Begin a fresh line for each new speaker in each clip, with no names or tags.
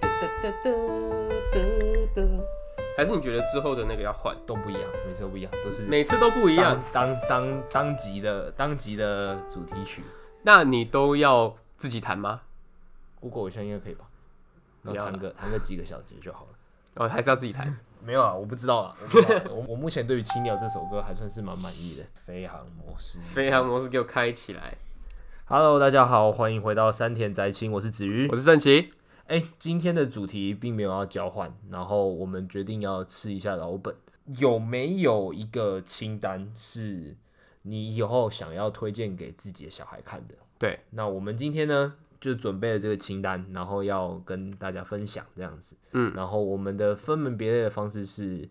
哒哒哒哒。
还是你觉得之后的那个要换？
都不一样，每次都不一样，都是
每次都不一样，
当当当当集的当集的主题曲。
那你都要自己弹吗？
Google 一下应该可以吧？然
不要
后
了
弹个弹个几个小时就好了。
哦，还是要自己 弹。
没有啊，我不知道 啊。我不知道啊我我目前对于《青鸟》这首歌还算是蛮满意的。飞航模式，
飞航模式给我开起来。
Hello，大家好，欢迎回到山田宅青，我是子瑜
我。是郑奇，
哎、今天的主题并没有要交换，然后我们决定要吃一下老本。有没有一个清单是你以后想要推荐给自己的小孩看的？
对，
那我们今天呢，就准备了这个清单，然后要跟大家分享这样子。
嗯，
然后我们的分门别类的方式是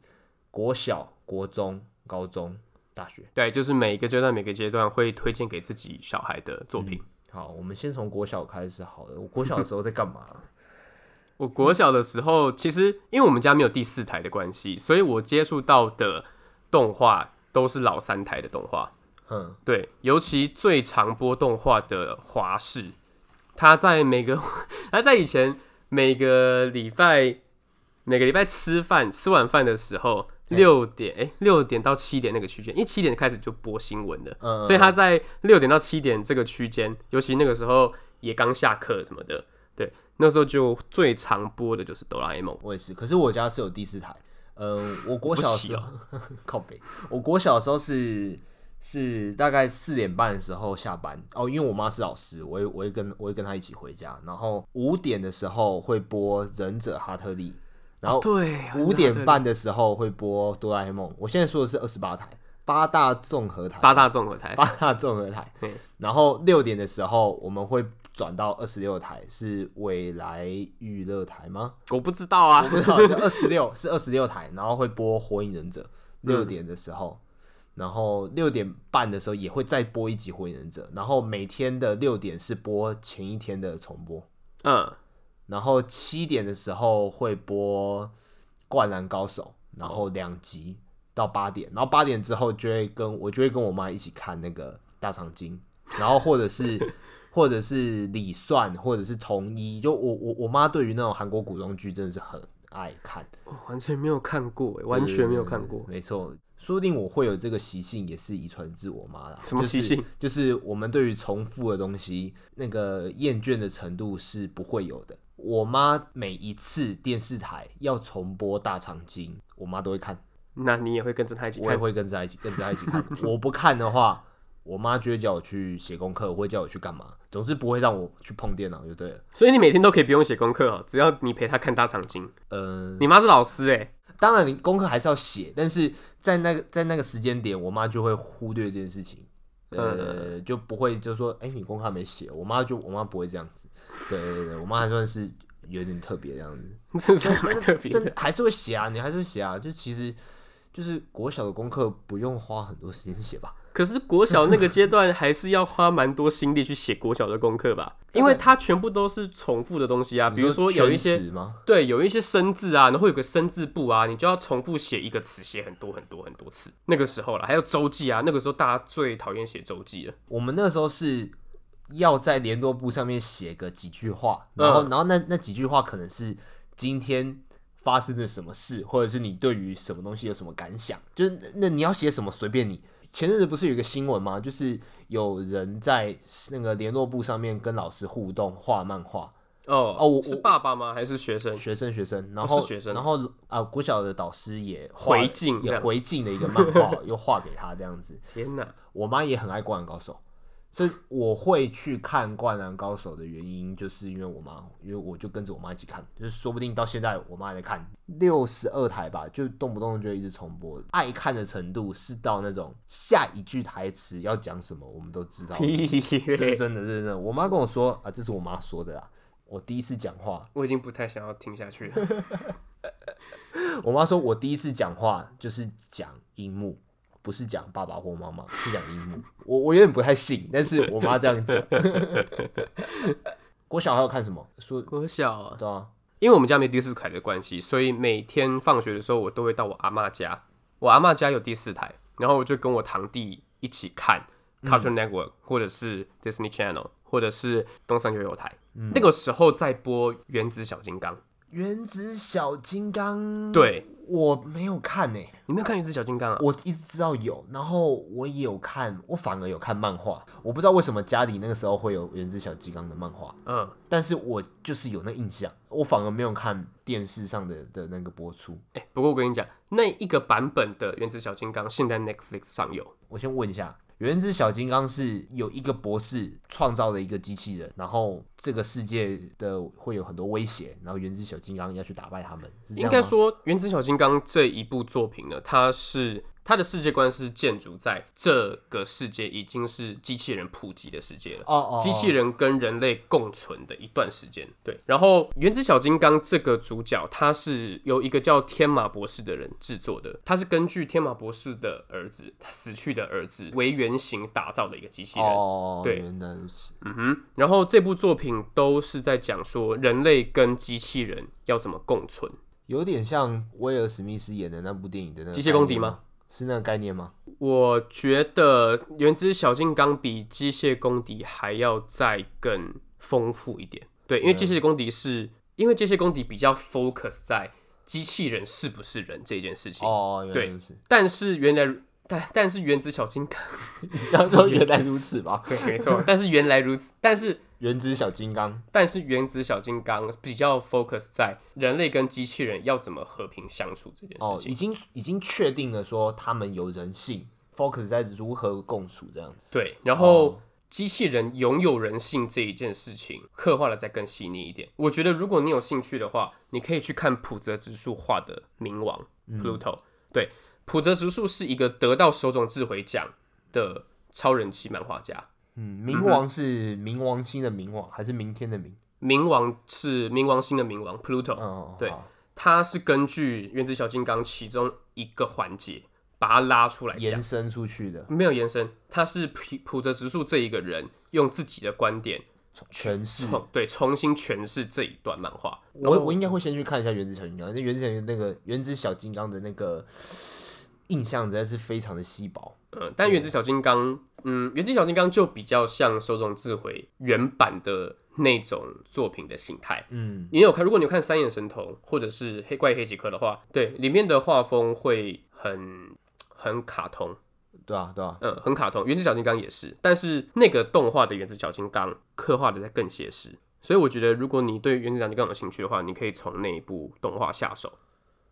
国小、国中、高中、大学。
对，就是每一个阶段每个阶段会推荐给自己小孩的作品。
好，我们先从国小开始好了。我国小的时候在干嘛？啊
我国小的时候，其实因为我们家没有第四台的关系，所以我接触到的动画都是老三台的动画。
嗯，
对，尤其最常播动画的华视，它在每个 它在以前每个礼拜每个礼拜吃饭吃晚饭的时候，六点哎六、点到七点那个区间，因为七点开始就播新闻了，
嗯
所以它在六点到七点这个区间，尤其那个时候也刚下课什么的，对，那时候就最常播的就是哆啦 A 梦。
我也是，可是我家是有第四台。嗯，我国小的时候
不哦
靠北，我国小的时候是是大概四点半的时候下班哦，因为我妈是老师，我会我会跟我会跟她一起回家，然后五点的时候会播《忍者哈特利》，然后
哦对，
哦
啊
五点半的时候会播《哆啦 A 梦》。我现在说的是二十八台，八大综合台，
八大综合台，
八大综合台
嗯。
然后六点的时候我们会转到二十六台，是未来娱乐台吗？
我不知道啊
不，知道，二十六 是二十六台，然后会播《火影忍者》六点的时候，然后六点半的时候也会再播一集《火影忍者》，然后每天的六点是播前一天的重播，
嗯，
然后七点的时候会播《灌篮高手》，然后两集到八点，然后八点之后就会跟我就会跟我妈一起看那个大长今，然后或者是或者是李算，或者是同一，就我我我妈对于那种韩国古装剧真的是很爱看，
我完全没有看过欸，完全没有看过
嗯对。没错。说不定我会有这个习性，也是遗传自我妈啦。
什么习性
就是？就是我们对于重复的东西，那个厌倦的程度是不会有的。我妈每一次电视台要重播《大长今》，我妈都会看，
那你也会跟着他一起
我也
看？
会跟着她一起，跟着她一起看。我不看的话，我妈就会叫我去写功课，会叫我去干嘛，总之不会让我去碰电脑就对了。
所以你每天都可以不用写功课哦，只要你陪他看大长今。
嗯、
你妈是老师哎，
当然你功课还是要写，但是在那个在那个时间点，我妈就会忽略这件事情，呃，就不会就说，哎、你功课还没写，我妈就我妈不会这样子，对对对，我妈还算是有点特别这样子，
这是蛮特别
但
的。
还是会写啊，你还是会写啊，就其实就是国小的功课不用花很多时间写吧，
可是国小那个阶段还是要花蛮多心力去写国小的功课吧，因为它全部都是重复的东西啊，比如说有一
你
些。
说吗？
对，有一些生字啊，然后有个生字部啊，你就要重复写一个词，写很多很多很多次。那个时候了，还有周记啊，那个时候大家最讨厌写周记了。
我们那时候是要在联络簿上面写个几句话，
嗯
然后、然后那那几句话可能是今天发生的什么事，或者是你对于什么东西有什么感想，就是那那你要写什么随便你。前阵子不是有一个新闻吗？就是有人在那个联络簿上面跟老师互动画漫画，
哦
哦我
是爸爸吗？还是学生？
学生学生，然后、
哦是学生
然后啊、国小的导师也画了
回敬这
也
样
回敬了一个漫 画，又画给他这样子。
天哪！
我妈也很爱《灌篮高手》，所以我会去看《灌篮高手》的原因，就是因为我妈，因为我就跟着我妈一起看，就是说不定到现在我妈还在看六十二台吧，就动不动就一直重播。爱看的程度是到那种下一句台词要讲什么，我们都知道。这是真的，这是真的。我妈跟我说啊，这是我妈说的啦。我第一次讲话，
我已经不太想要听下去了。
我妈说我第一次讲话就是讲樱木，不是讲爸爸或妈妈，是讲樱木。我我有点不太信，但是我妈这样讲。国小还要看什么？说
国小啊，
对啊，
因为我们家没第四台的关系，所以每天放学的时候，我都会到我阿嬷家。我阿嬷家有第四台，然后我就跟我堂弟一起看 Cartoon Network，、或者是 Disney Channel，或者是东森幼幼台。那个时候在播《原子小金刚》，
原子小金刚，
对，
我没有看呢、
你没有看《一只小金刚》啊？
我一直知道有，然后我也有看，我反而有看漫画，我不知道为什么家里那个时候会有原子小金刚的漫画，
嗯，
但是我就是有那印象，我反而没有看电视上的的那个播出。
哎、不过我跟你讲，那一个版本的《原子小金刚》现在 Netflix 上有，
我先问一下，原子小金刚是有一个博士创造了一个机器人，然后这个世界的会有很多威胁，然后原子小金刚要去打败他们，是这
应
样
该
吗
说，《原子小金刚》这一部作品呢，它是它的世界观是建筑在这个世界已经是机器人普及的世界了。
哦哦，哦
机器人跟人类共存的一段时间，对。然后《原子小金刚》这个主角，他是由一个叫天马博士的人制作的，他是根据天马博士的儿子，他死去的儿子为原型打造的一个机器人。
哦，
对
原来如此。
嗯哼，然后这部作品都是在讲说人类跟机器人要怎么共存。
有点像威尔史密斯演的那部电影的那个
机械公敌
概念
吗
吗？是那个概念吗？
我觉得《原子小金刚》比《机械公敌》还要再更丰富一点。对，因为《机械公敌》是因为《机械公敌》比较 focus 在机器人是不是人这件事情。
哦，原来
对
如此。
但是原来，但但是《原子小金刚》
这样说原来如此吧？
对，没错。但是原来如此，但是
原子小金刚
但是《原子小金刚》比较 focus 在人类跟机器人要怎么和平相处这件
哦
事，情。
已经已经确定了说他们有人性，focus 在如何共处这样。
对，然后机器人拥有人性这一件事情刻画的再更细腻一点。我觉得如果你有兴趣的话，你可以去看普泽直树画的《冥王》（Pluto）、对，
嗯
普泽直树是一个得到手冢治回奖的超人气漫画家。
嗯，冥王是冥王星的冥王，还是明天的明？
冥王是冥王星的冥王 Pluto，、
哦，
对
好
它是根据《原子小金刚》其中一个环节把它拉出来讲
延。伸出去的
没有延伸，它是普普泽直树这一个人用自己的观点
诠释。
重对重新诠释这一段漫画。
嗯我我应该会先去看一下原子小金刚，那原子小金那个原子小金刚的那个印象实在是非常的稀薄。
嗯，但原子小金刚，嗯，原子小金刚就比较像手冢智慧原版的那种作品的形态。
嗯，
你有看？如果你有看《三眼神童》或者是《黑怪黑杰克》的话，对里面的画风会很很卡通，
对啊，对啊，
嗯，很卡通。原子小金刚也是，但是那个动画的原子小金刚刻画的再更写实，所以我觉得如果你对原子小金刚有兴趣的话，你可以从那一部动画下手。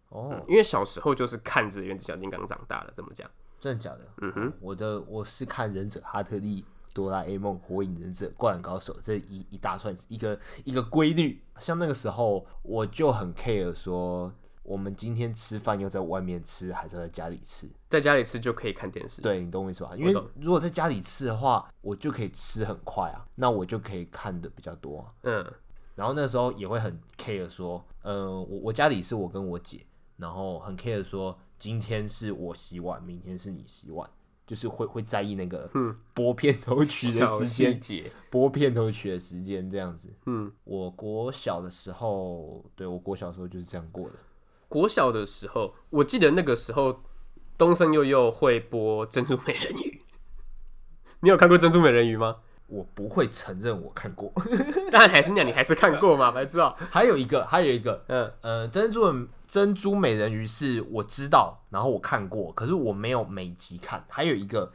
哦，
因为小时候就是看着《原子小金刚》长大的，这么讲？
真的假的？
嗯哼，
我的我是看忍者哈特利、哆啦 A 梦、火影忍者、灌篮高手这一一大串一个一个规律。像那个时候我就很 care 说，我们今天吃饭要在外面吃还是要在家里吃？
在家里吃就可以看电视。，
对你懂我意思吧？因为
懂
如果在家里吃的话，我就可以吃很快啊，那我就可以看的比较多啊、
嗯，
然后那时候也会很 care 说，呃，我我家里是我跟我姐，然后很 care 说今天是我洗碗，明天是你洗碗，就是会会在意那个拨片头曲的
嗯小
时
细
间，
节，
拨片头曲的时间这样子。
嗯，
我国小的时候，对我国小的时候就是这样过的。
国小的时候，我记得那个时候东森幼幼会播《珍珠美人鱼》， 你有看过《珍珠美人鱼》吗？
我不会承认我看过，
当然还是那样，你还是看过嘛，白痴哦。
还有一个，还有一个，
嗯，
呃，珍珠美珍珠美人鱼是我知道，然后我看过，可是我没有每集看。还有一个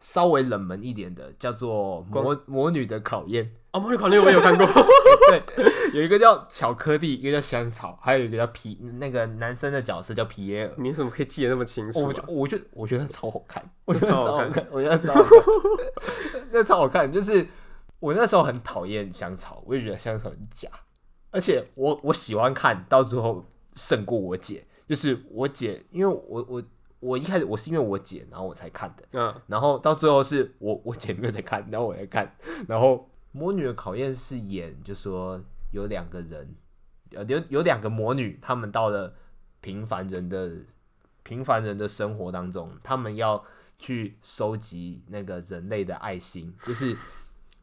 稍微冷门一点的，叫做魔《魔女的考验
哦，《魔女狂猎》我也有看过，》，
有一个叫巧克力，一个叫香草，还有一个叫皮，那个男生的角色叫皮耶尔。
你怎么可以记得那么清楚、
我
啊
就？我就我觉得超好看，我觉得
超好
超好
看
看，我觉得超好看，那超好看。就是我那时候很讨厌香草，我也觉得香草很假，而且我我喜欢看到最后胜过我姐，就是我姐，因为我我我一开始我是因为我姐，然后我才看的，
嗯，
然后到最后是我 我姐没有在看，然后我在看，然后《魔女的考验》是演就说有两个人，呃，有有两个魔女，她们到了平凡人的平凡人的生活当中，她们要去收集那个人类的爱心，就是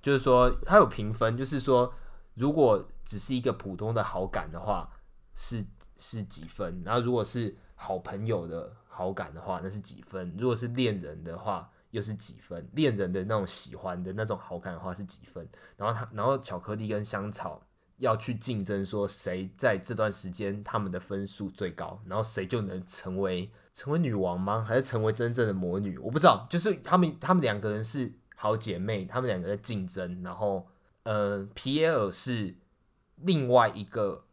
就是说它有评分，就是说如果只是一个普通的好感的话，是是几分？然后如果是好朋友的好感的话，那是几分？如果是恋人的话，又是几分？恋人的那种喜欢的那种好感的话是几分？然后他，然后巧克力跟香草要去竞争，说谁在这段时间他们的分数最高，然后谁就能成为成为女王吗？还是成为真正的魔女？我不知道，就是他们他们两个人是好姐妹，他们两个在竞争，然后呃，皮耶尔是另外一个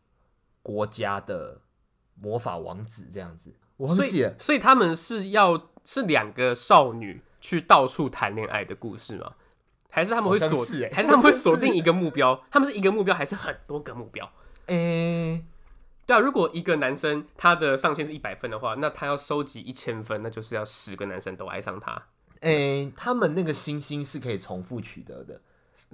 国家的魔法王子这样子。我忘
所
记
以
了，
所以他们是要是两个少女去到处谈恋爱的故事吗？还是他们会
好像
锁，
是欸
还是他们会
好像是
锁定一个目标？ 他们是一个目标，还是很多个目标？
诶、
对啊，如果一个男生他的上限是一百分的话，那他要收集一千分，那就是要十个男生都爱上他。
诶、他们那个星星是可以重复取得的，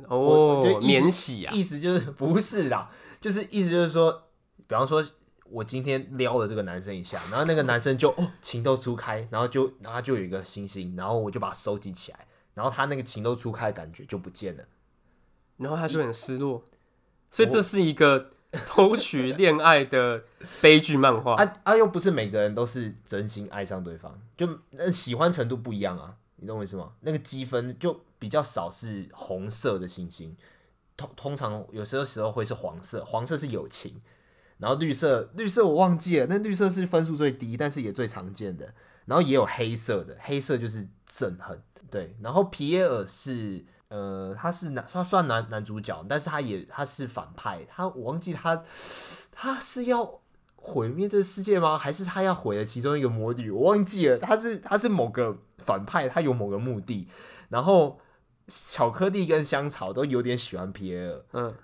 我
哦
我觉得意，思
免洗啊！
意思就是不是啦， 就是意思就是说，比方说我今天撩了这个男生一下，然后那个男生就哦情窦初开，然后就然后就有一个星星，然后我就把它收集起来，然后他那个情窦初开的感觉就不见了。
然后他就很失落，所以这是一个偷取恋爱的悲剧漫画。
啊啊，又不是每个人都是真心爱上对方，就那喜欢程度不一样啊，你懂我意思吗？那个积分就比较少是红色的星星，通通常有时候时候会是黄色，黄色是友情，然后绿色绿色我忘记了，那绿色是分数最低，但是也最常见的，然后也有黑色的，黑色就是憎恨，对，然后皮耶尔是。呃，他是男，他算男男主角，但是他也他是反派，他我忘记他他是要毁灭这个世界吗？还是他要毁了其中一个魔女？我忘记了，他是他是某个反派，他有某个目的。然后巧克力跟香草都有点喜欢皮耶尔，
嗯，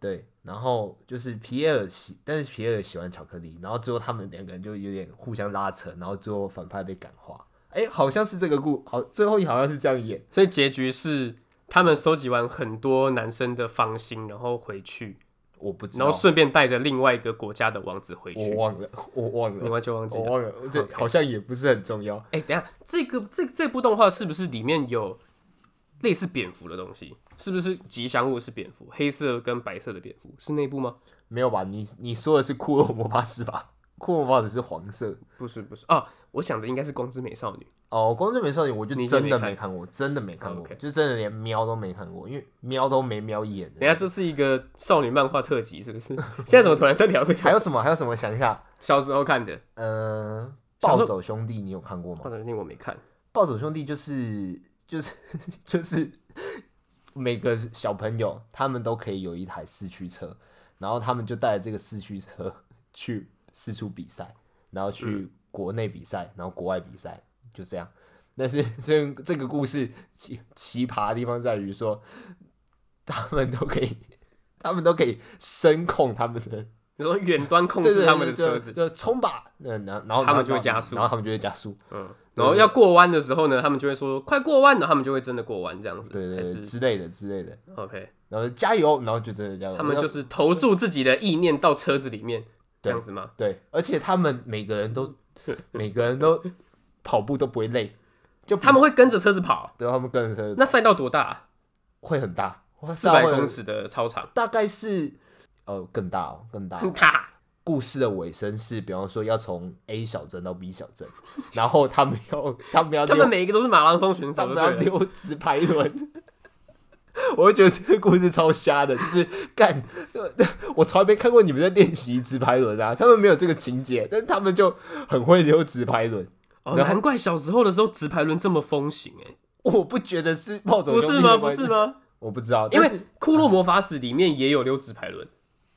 对，然后就是皮耶尔喜，但是皮耶尔喜欢巧克力，然后最后他们两个人就有点互相拉扯，然后最后反派被感化。哎，好像是这个故，好，最后好像是这样演。
所以结局是他们收集完很多男生的芳心，然后回去，
我不知
然
道
后，顺便带着另外一个国家的王子回
哦我
去。
忘了，我忘
你
了，
完全忘记
我
了。
忘了，对，好像也不是很重要。
哎、等一下，这个这这部动画是不是里面有类似蝙蝠的东西？是不是吉祥物是蝙蝠？黑色跟白色的蝙蝠是那部吗？
没有吧？你你说的是骷髅魔法师吧？ 骷髅魔法师是黄色
不是不是哦，我想的应该是光之美少女。
哦，《光之美少女》我就
你已经
真的没
没
看过，真的没看过，
OK
就真的连瞄都没看过，因为瞄都没瞄一眼 的。
等一下这是一个少女漫画特辑，是不 是？现在怎么突然在聊这
还
个？
有什么？还有什么？想一下，
小时候看的《
呃，《
小时
暴
候
走兄弟》你有看过吗？
或
《
者令我没看。
暴走兄弟》就是就是 就是每个小朋友他们都可以有一台四驱车，然后他们就带着这个四驱车 去四处比赛，然后
嗯
去国内比赛，然后国外比赛，就这样。但是 这这个故事奇奇葩的地方在于说，他们都可以，他们都可以声控他们的
你说远端控
对
制
对
他们的
对
车子，
就就冲吧，嗯，然后然后
他们就会加速
然后他们就会加速，
嗯，然后要过弯的时候呢，他们就会说快过弯了，他们就会真的过弯这样子，
对对
还
对
是
之类的之类的，
OK？
然后加油，然后就真的加油，
他们就是投注自己的意念到车子里面，这
对
样子吗？
对，而且他们每个人 都每个人都跑步都不会累，就不
他们会跟着车子跑。
对他们跟着车
那赛道多大啊？
会很大，会
四百
会
公尺的操场，
大概是呃更大哦，更大哦、
很大。
故事的尾声是，比方说要从 A 小镇到 B 小镇，然后他们要他们要
他
溜
们每一个都是马拉松选
他
手，
们
对
要
了
溜直排轮。 我就觉得这个故事超瞎的，就是干， 我从来没看过你们在练习直排轮啊，他们没有这个情节，但是他们就很会溜直排轮。
哦，
然后
难怪小时候的时候直排轮这么风行哎，
我不觉得是暴走
不
兄弟
是
的
吗？不
关系
是？吗？
我不知道，
因为《
但是哎
骷髅魔法使》里面也有溜直排轮。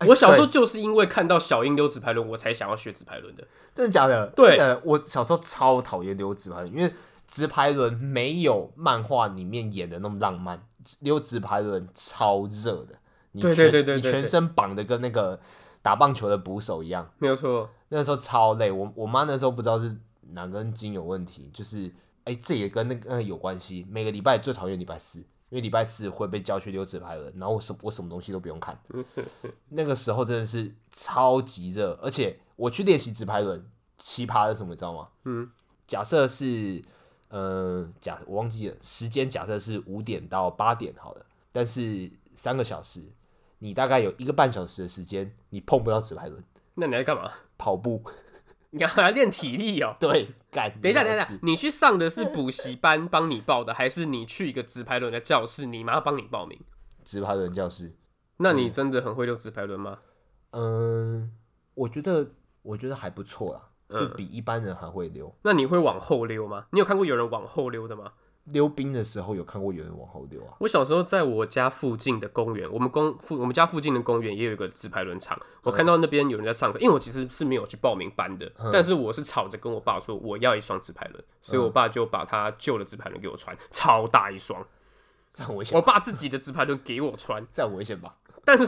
我小时候
对
就是因为看到小樱溜直排轮，我才想要学直排轮的。
真的假的？
对
呃，我小时候超讨厌溜直排轮，因为直排轮没有漫画里面演的那么浪漫，溜直排轮超热的，你
对
全
对对对对
你全
对
身绑的跟那个打棒球的捕手一样。
没有错，
那时候超累，我我妈那时候不知道是哪根筋有问题，就是哎、这也跟那个、呃有关系。每个礼拜最讨厌礼拜四，因为礼拜四会被叫去溜直排轮，然后我什我什么东西都不用看。那个时候真的是超级热，而且我去练习直排轮，奇葩的是什么你知道吗？
嗯，
假设是呃假我忘记了时间，假设是五点到八点好了，但是三个小时，你大概有一个半小时的时间，你碰不到直排轮，
那你在干嘛？
跑步。
你还要练体力哦。
对，干。
等一下，
你
等一
老
下
师，
你去上的是补习班帮你报的，还是你去一个直排轮的教室，你妈帮你报名？
直排轮教室，
那你真的很会六字排轮吗？
嗯，我觉得我觉得还不错啦，就比一般人还会溜。
那你会往后溜吗？你有看过有人往后溜的吗？
溜冰的时候有看过有人往后溜啊，
我小时候在我家附近的公园，我们公附我们家附近的公园也有一个自排轮场，
嗯
我看到那边有人在上课，因为我其实是没有去报名班的，
嗯
但是我是吵着跟我爸说我要一双自排轮，所以我爸就把他旧的自排轮给我穿，超大一双，
这很危险
我，爸自己的自排轮给我穿，
这很危险吧？
但是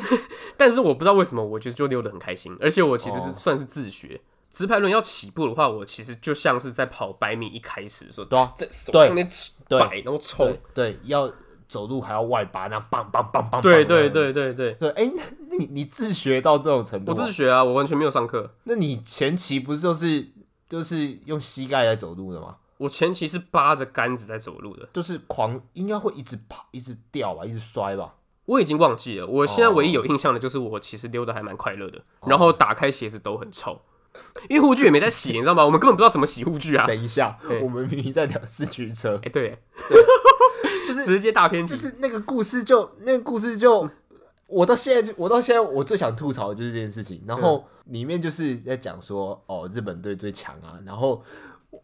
但是我不知道为什么，我觉得就溜得很开心，而且我其实是
哦
算是自学。直排轮要起步的话，我其实就像是在跑百米一开始的时候，
对啊
在手
对
上面
对
摆，然后冲
对，对，要走路还要外八，那棒棒棒棒。
对
棒
对。
棒
对对对，
对，哎、那那你你自学到这种程度
我
啊、
自学啊，我完全没有上课。
那你前期不是就是就是用膝盖来走路的吗？
我前期是扒着杆子在走路的，
就是狂，应该会一直跑，一直掉吧，一直摔吧。
我已经忘记了。我现在
哦
唯一有印象的就是我其实溜的还蛮快乐的，然后打开鞋子都很臭，因为护具也没在洗，你知道吗？我们根本不知道怎么洗护具啊。哎、
等一下
对，
我们明明在聊四驱车，
对，
就是
直接大偏题。
就是那个故事就那个故事
嗯
就，我到现在就我到现在我最想吐槽的就是这件事情。然
嗯
后里面就是在讲说，哦，日本队最强啊。然后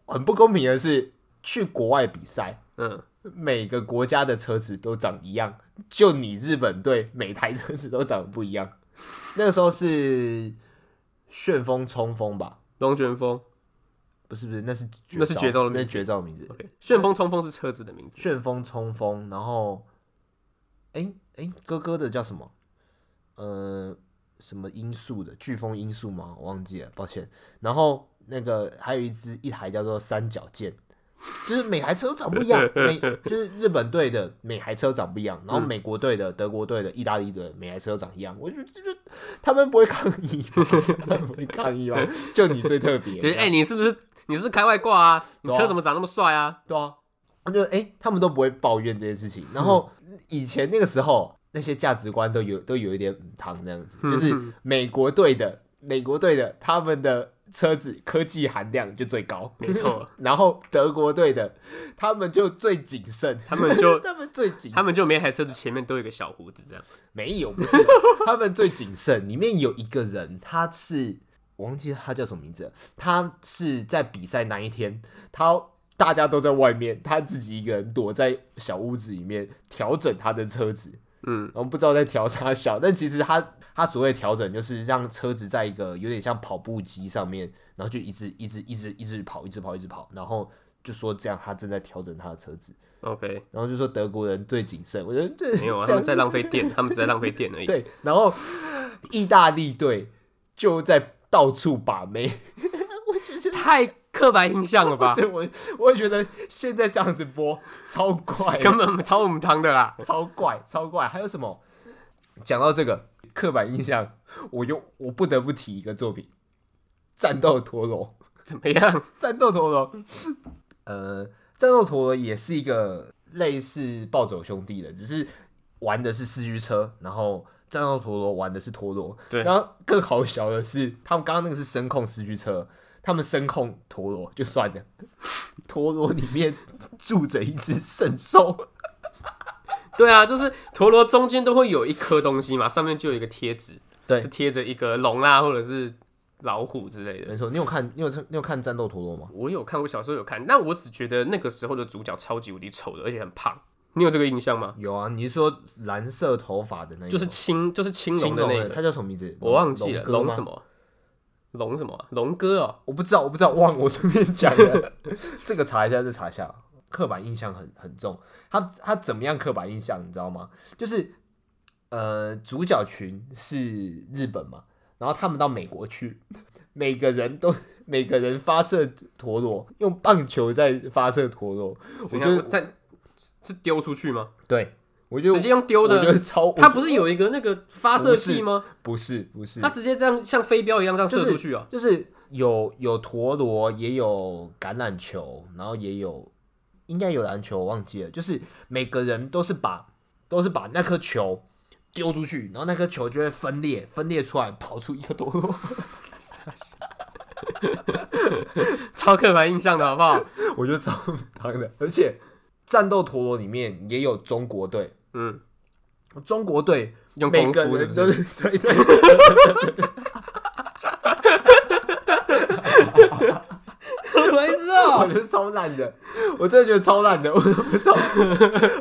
很不公平的是，去国外比赛，
嗯，
每个国家的车子都长一样，就你日本队每台车子都长得不 一样。那个时候是旋风冲锋吧？
龙卷风、
不是不是，那是
那是绝招的名字
那是绝招的名字。
对旋风冲锋是车子的名字，
旋风冲锋，然后，哎、哎、哥哥的叫什么？呃，什么音速的？飓风音速吗？我忘记了，抱歉。然后那个还有一只一台叫做三角剑，就是每台车都长不一样， 每就是日本队的每台车都长不一样，然后美国队的、德国队的、意大利队的每台车都长一样。我就就就他们不会抗 议吗？他们不会抗议吗？就你最特别，
就是哎、你是不是你是不是开外挂啊？你
对啊
车怎么长那么帅啊？
对啊，就哎、诶他们都不会抱怨这件事情。然后
嗯
以前那个时候，那些价值观都有都有一点嗯汤这样子，
嗯
就是美国队的美国队的他们的车子科技含量就最高，
没错。
然后德国队的他们就最谨慎，
他们就
他们最谨慎，
他们就每台车子前面都有一个小胡子这样。
没有不是他们最谨慎。里面有一个人，他是我忘记他叫什么名字了，他是在比赛那一天，他大家都在外面，他自己一个人躲在小屋子里面调整他的车子，
嗯，
我们不知道在调啥小，但其实他他所谓的调整就是让车子在一个有点像跑步机上面，然后就一直一直一直一直跑，一直跑，一直跑，然后就说这样他正在调整他的车子，
OK，
然后就说德国人最谨慎，我觉得这
没有啊，他
这样
们在浪费电，他们只在浪费电而已。
对，然后意大利队就在到处把妹。
太刻板印象了吧？
对我，我也觉得现在这样子播超怪的，
根本超我们汤的啦。
超怪，超怪。还有什么？讲到这个刻板印象，我又我不得不提一个作品《战斗陀螺》。
怎么样？
战斗陀螺，呃，战斗陀螺也是一个类似暴走兄弟的，只是玩的是四驱车，然后战斗陀螺玩的是陀螺。
对
然后更好笑的是，他们刚刚那个是声控四驱车，他们声控陀螺就算了，陀螺里面住着一只圣兽。
对啊，就是陀螺中间都会有一颗东西嘛，上面就有一个贴纸，
对
是贴着一个龙啊，或者是老虎之类的
没。错，你有看，你有你有看战斗陀螺吗？
我有看，我小时候有看，但我只觉得那个时候的主角超级无敌丑的，而且很胖。你有这个印象吗？
有啊，你是说蓝色头发的那一
就是
种
青，就是青龙
青
的
龙
那
的，
个，
他叫什么名字？
我忘记了，
龙哥
龙
吗
什么？龙什么啊？龙哥哦，
我不知道，我不知道，忘了，我随便讲的。 这个查一下，这查一下，刻板印象很很重。他他怎么样刻板印象，你知道吗？就是呃，主角群是日本嘛，然后他们到美国去， 每个人都每个人发射陀螺，用棒球在发射陀螺。我
怎
觉
样？
得
但是丢出去吗？
对，我觉得
直接用丢
我觉
的
得。超
它不是有一个那个发射
不是嗯
器吗？
不是不是
它，直接这样像飞镖一样这样
就
射
是
出去啊！
就是有有陀螺，也有橄榄球，然后也有应该有篮球，我忘记了。就是每个人都是把都是把那颗球丢出去，然后那颗球就会分裂，分裂出来跑出一个 陀螺。
超刻板印象的好不好？
我觉得超当的，而且战斗陀螺里面也有中国队，
嗯，
中国队
用
每
功
个
夫是
人
不
都
是？
是对对对，
怎么回事哦
我？觉得超烂的，我真的觉得超烂的，我都不知道。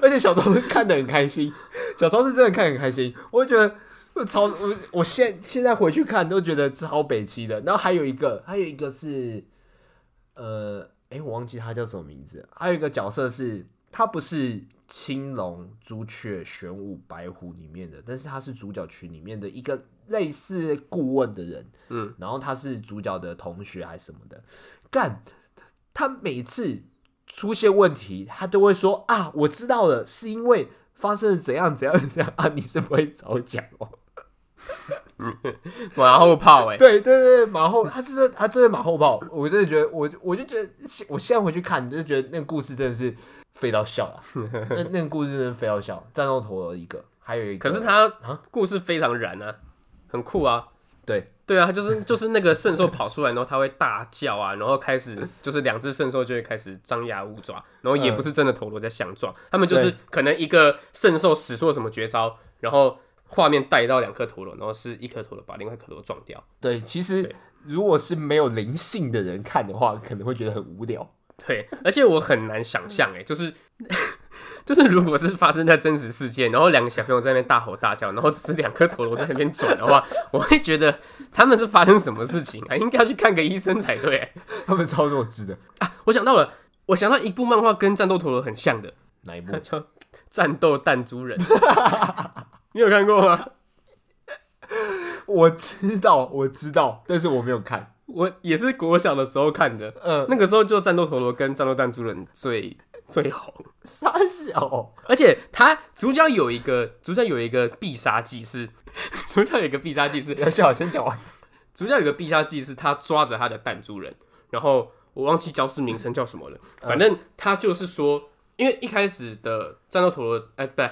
而且小时候看得很开心，小时候是真的看得很开心，我就觉得。我超我我现现在回去看都觉得超北七的，然后还有一个还有一个是，呃，哎、我忘记他叫什么名字了，还有一个角色是他不是青龙、朱雀、玄武、白虎里面的，但是他是主角群里面的一个类似顾问的人，
嗯，
然后他是主角的同学还是什么的，干，他每次出现问题，他都会说啊，我知道了，是因为发生了怎样怎样怎样啊，你是不会早讲哦。
马后炮哎、
对对对，马后他真的他真的马后炮，我真的觉得我我就觉得我现在回去看，就觉得那个故事真的是废到笑了， 那那个故事真的废到笑，战斗陀螺一个，还有一个，
可是他
啊
故事非常燃啊，很酷啊。
对
对啊，他就是就是那个圣兽跑出来，然后他会大叫啊，然后开始就是两只圣兽就会开始张牙舞爪，然后也不是真的陀螺在相撞，他们就是
嗯对
可能一个圣兽使出了什么绝招，然后画面带到两颗陀螺，然后是一颗陀螺把另外一颗陀螺撞掉，
对，其实
对
如果是没有灵性的人看的话，可能会觉得很无聊。
对，而且我很难想象，哎，就是 就是，如果是发生在真实世界，然后两个小朋友在那边大吼大叫，然后只是两颗陀螺在那边转的话，我会觉得他们是发生什么事情啊？应该要去看个医生才对。哎
他们超弱智的，
我想到了，我想到一部漫画跟战斗陀螺很像的，呃
哪一部？
叫《战斗弹珠人》， 你有看过吗？
我知道，我知道，但是我没有看。
我也是国小的时候看的，呃
嗯，
那个时候就战斗陀螺跟战斗弹珠人最最红。
傻小，
而且他主角有一个主角有一个必杀技是，主角有一个必杀技是，
要笑，先讲完。
主角有一个必杀技是他抓着他的弹珠人，然后我忘记招式名称叫什么了，反正他就是说，因为一开始的战斗陀螺，哎、不 对，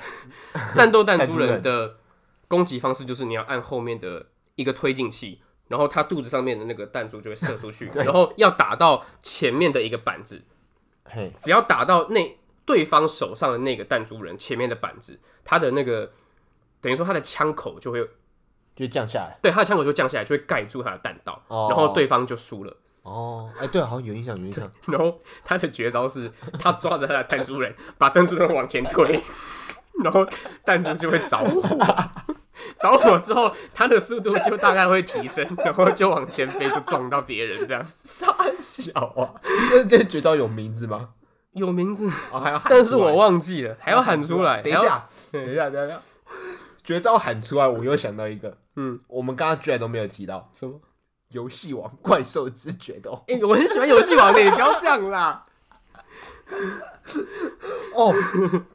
战斗弹珠人的攻击方式就是你要按后面的一个推进器。然后他肚子上面的那个弹珠就会射出去，然后要打到前面的一个板子，
嘿，
只要打到那对方手上的那个弹珠人前面的板子，他的那个等于说他的枪口就会
就降下来。
对他的枪口就降下来，就会盖住他的弹道，
哦
然后对方就输了。
哦，哎、对，好像有印象，有印象。
然后他的绝招是，他抓着他的弹珠人，把弹珠人往前推， 然后弹珠就会着火。 着火之后，他的速度就大概会提升， 然后就往前飞，就撞到别人这样。
傻小啊，这这绝招有名字吗？
有名字，
哦，还要喊出来，
但是我忘记了，还要喊出来。
等一
还要
下，等一下，等一下，绝招喊出来，我又想到一个，
嗯，
我们刚刚居然都没有提到
什么？
游戏王怪兽之决斗。
哎、我很喜欢游戏王的，你不要这样啦。
哦，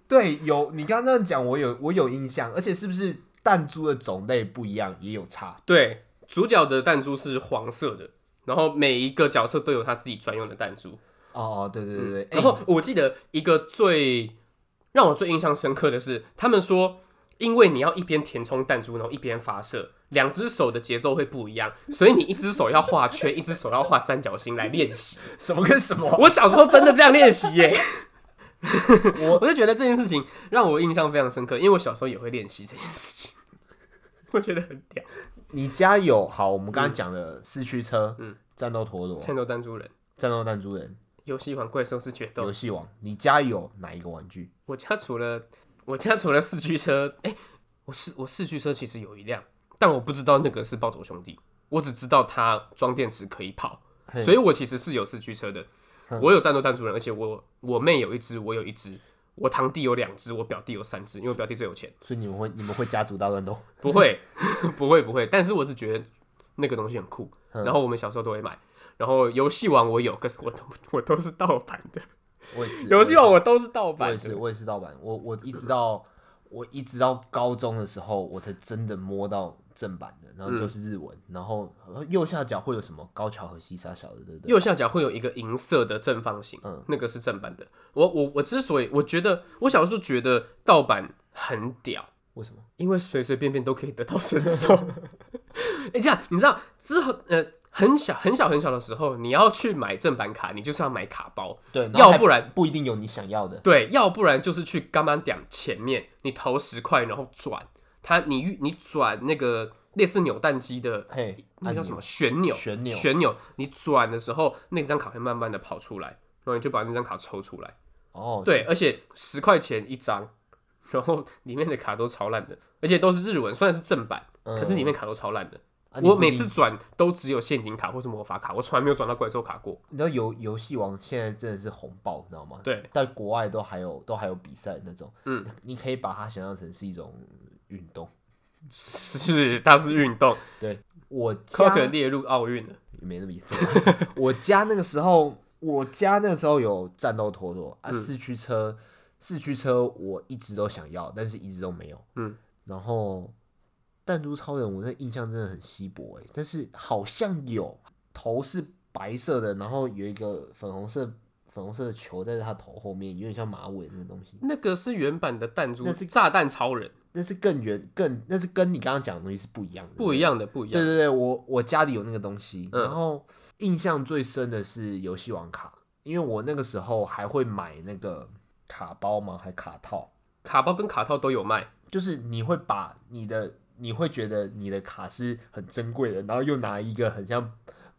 对，有你刚刚这样讲，我有我有印象，而且是不是弹珠的种类不一样也有差？
对，主角的弹珠是黄色的，然后每一个角色都有他自己专用的弹珠。
哦哦，对对对对，哎
然后我记得一个最让我最印象深刻的是，他们说，因为你要一边填充弹珠，然后一边发射，两只手的节奏会不一样，所以你一只手要画圈，一只手要画三角形来练习。
哎什么跟什么？
我小时候真的这样练习耶，
我
我就觉得这件事情让我印象非常深刻，因为我小时候也会练习这件事情，我觉得很屌。
你家有好，我们刚刚讲的四驱车，
嗯，
战斗陀螺，
战斗弹珠人。
战斗弹珠人，
游戏玩怪兽是决斗
游，戏王，你家有哪一个玩具？
我家除了我家除了四驱车，哎、我四我四驱车其实有一辆，但我不知道那个是暴走兄弟，我只知道它装电池可以跑，
嘿
所以我其实是有四驱车的，我有战斗弹珠人，而且我我妹有一只，我有一只，我堂弟有两只，我表弟有三只，因为我表弟最有钱，
所以你们会你们会家族大乱斗？
不会不会不会，但是我只觉得那个东西很酷，然后我们小时候都会买，然后游戏王我有，可是我都我都是盗版的，
我也是，
游戏王我都是盗
我
版
也是，
的，
我也是盗版。我我一直到我一直到高中的时候，我才真的摸到正版的，然后就是日文，然后呃右下角会有什么高桥和西沙小的，对不对？
右下角会有一个银色的正方形，
嗯
那个是正版的。我我我之所以我觉得我小时候觉得盗版很屌，
为什么？
因为随随便便都可以得到神兽。 哎、这样你知道之后呃很小很小很小的时候，你要去买正版卡，你就是要买卡包，
对，然后
要
还
不然
不一定有你想要的。
对，要不然就是去干妈店前面，你投十块然后转，它你遇你转那个类似扭蛋机的
嘿，
那叫什
按
么旋钮？
旋钮
旋钮，你转的时候，那张卡会慢慢的跑出来，然后你就把那张卡抽出来。
钮？哦，
对，而且十块钱一张，然后里面的卡都超烂的，而且都是日文，虽然是正版，
嗯
可是里面卡都超烂的。
啊，你
我
不
每
理
次转都只有陷阱卡或是魔法卡，我从来没有转到怪兽卡过。
你知道游游戏王现在真的是红爆，你知道吗？
对，
在国外都还有都还有比赛那种，
嗯，
你可以把它想象成是一种运动。
是，它是运动，
我
可
家
可列入奥运了。
也没那么严重啊， 我家那个时候，我家那个时候有战斗陀螺
嗯
啊，四驱车，四驱车我一直都想要，但是一直都没有，
嗯，
然后弹珠超人，我那印象真的很稀薄哎、但是好像有头是白色的，然后有一个粉红色粉红色的球在他头后面，有点像马尾那个东西。
那个是原版的弹珠，
那是
炸弹超人，
那是更远更，那是跟你刚刚讲的东西是不一样的，
不一样的，不一
对
样。
对对，我我家里有那个东西，
嗯
然后印象最深的是游戏王卡，因为我那个时候还会买那个卡包嘛，还卡套，
卡包跟卡套都有卖，
就是你会把你的，你会觉得你的卡是很珍贵的，然后又拿一个很像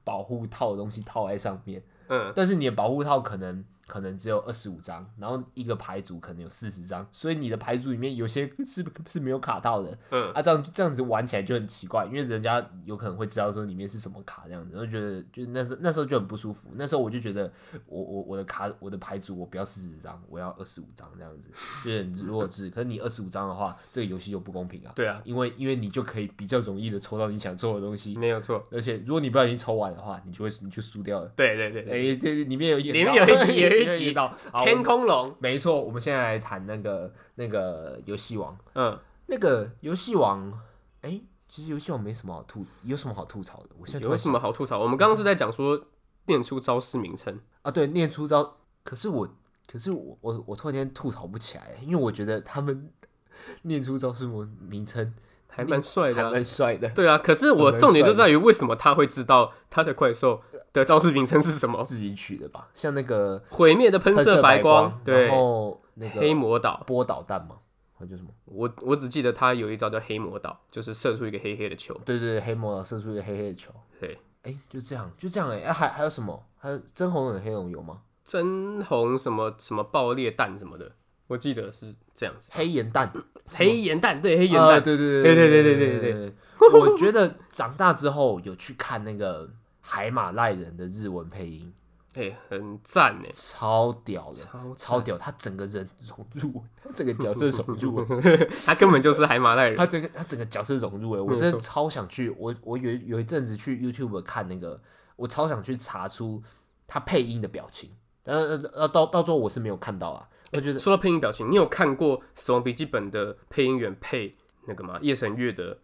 保护套的东西套在上面，
嗯，
但是你的保护套可能可能只有二十五张，然后一个牌组可能有四十张，所以你的牌组里面有些 是是没有卡套的，
嗯
啊，这样这样子玩起来就很奇怪，因为人家有可能会知道说里面是什么卡这样子，然后觉得就那时候那时候就很不舒服，那时候我就觉得我我我的卡我的牌组我不要四十张，我要二十五张这样子，有点弱智，可是你二十五张的话，这个游戏就不公平啊，
对啊，
因为因为你就可以比较容易的抽到你想抽的东西。
没有错。
而且，如果你不小心抽完的话，你就会你就输掉了。
对对对对，
哎、这 里面有一
里面有一集有一集
到
天，空龙，
没错，我们现在来谈那个那个游戏王，
嗯，
那个游戏王，哎、其实游戏王没什么好吐，有什么好吐槽的？我现在突
有
然
什么好吐槽？我们刚刚是在讲说念出招式名称，
啊？对，念出招，可是我，可是我，我我突然间吐槽不起来，因为我觉得他们 念出招式名名称
还蛮帅
还
的啊、
蛮帅的，
对啊，可是我
还蛮帅的
重点就在于为什么他会知道他的怪兽的招式名称是什 么？
自己取的吧？像那个
毁灭的喷射
白
白光，对
然，后那个
黑魔岛。
波导弹嘛，还有什么？
我我只记得他有一招叫黑魔岛，就是射出一个黑黑的球。
对对对，黑魔导射出一个黑黑的球，
对，
哎、就这样，就这样哎、啊还还有什么？还有真红与黑龙有吗？
真红什么什么爆裂弹什么的，我记得是这样子。
黑盐蛋，
黑盐弹，对黑盐
呃
弹，
对对
对
对
对对
对对
对对
对对。我觉得长大之后有去看那个海马赖人的日文配音，
哎、很赞呢。
超屌的，
超赞
超屌！他整个人融入欸，他整个角色融入 欸，
他根本就是海马赖人
他。整个他整个角色融入哎，我真
没
的
错
超想去，我我有有一阵子去 YouTube 看那个，我超想去查出他配音的表情，但是呃呃到到最后我是没有看到啊，我觉得
说到配音表情，你有看过《死亡笔记本》的配音员配那个吗？夜神月的